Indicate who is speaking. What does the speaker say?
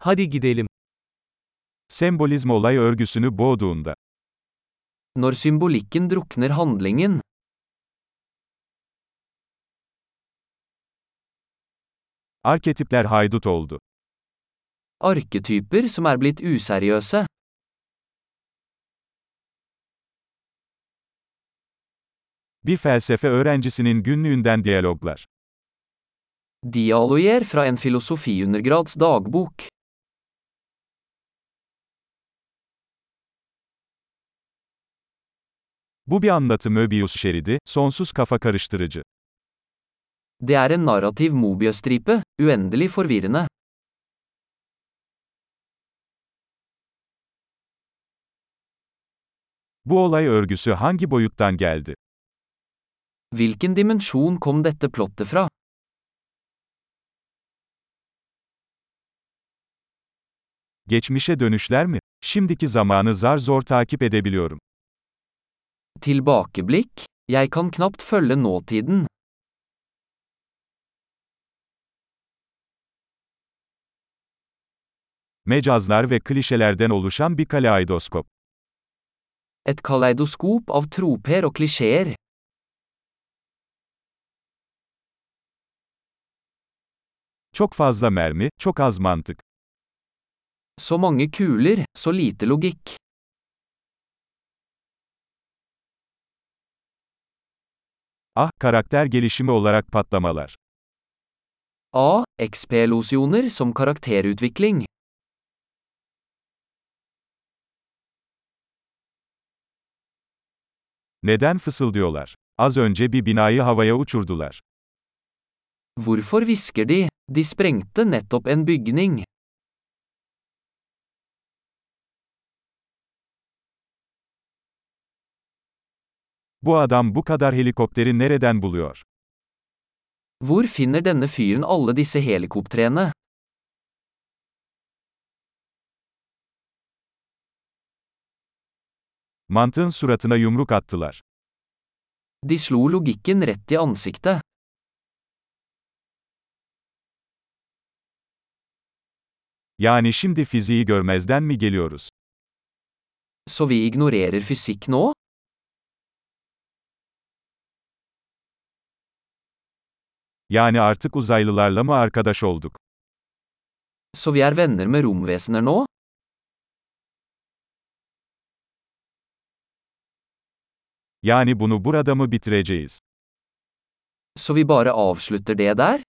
Speaker 1: Hadi gidelim.
Speaker 2: Sembolizm olay örgüsünü boğduğunda,
Speaker 3: Når symbolikken drukner handlingen,
Speaker 2: arketipler haydut oldu.
Speaker 3: arketyper som er blitt useriøse,
Speaker 2: Bir felsefe öğrencisinin günlüğünden diyaloglar.
Speaker 3: dialoger fra en filosofiundergrads dagbok,
Speaker 2: Bu bir anlatı Möbius şeridi, sonsuz kafa karıştırıcı.
Speaker 3: det er en narrativ Mobius-stripe, uendelig forvirrende,
Speaker 2: Bu olay örgüsü hangi boyuttan geldi?
Speaker 3: hvilken dimensjon kom dette plottet fra,
Speaker 2: Geçmişe dönüşler mi? Şimdiki zamanı zar zor takip edebiliyorum.
Speaker 3: tilbakeblikk, jeg kan knapt følge nåtiden,
Speaker 2: Mecazlar ve klişelerden oluşan bir kaleidoskop.
Speaker 3: et kaleidoskop av troper og klisjeer,
Speaker 2: Çok fazla mermi, çok az mantık.
Speaker 3: så mange kuler, så lite logikk,
Speaker 2: Ah, karakter gelişimi olarak patlamalar.
Speaker 3: A, XP-losjoner som karakterutvikling,
Speaker 2: Neden fısıldıyorlar? Az önce bir binayı havaya uçurdular.
Speaker 3: hvorfor visker de, de sprengte nettopp en bygning,
Speaker 2: Bu adam bu kadar helikopteri nereden buluyor?
Speaker 3: hvor finner denne fyren alle disse helikoptrene?
Speaker 2: Mantığın suratına yumruk attılar.
Speaker 3: De slo logikken rett i ansiktet.
Speaker 2: Yani şimdi fiziği görmezden mi geliyoruz?
Speaker 3: Så vi ignorerer fysikk nå?
Speaker 2: Yani artık uzaylılarla mı arkadaş olduk?
Speaker 3: Så vi er venner med romvesener nå?
Speaker 2: Yani bunu burada mı bitireceğiz?
Speaker 3: Så vi bare avslutter det der?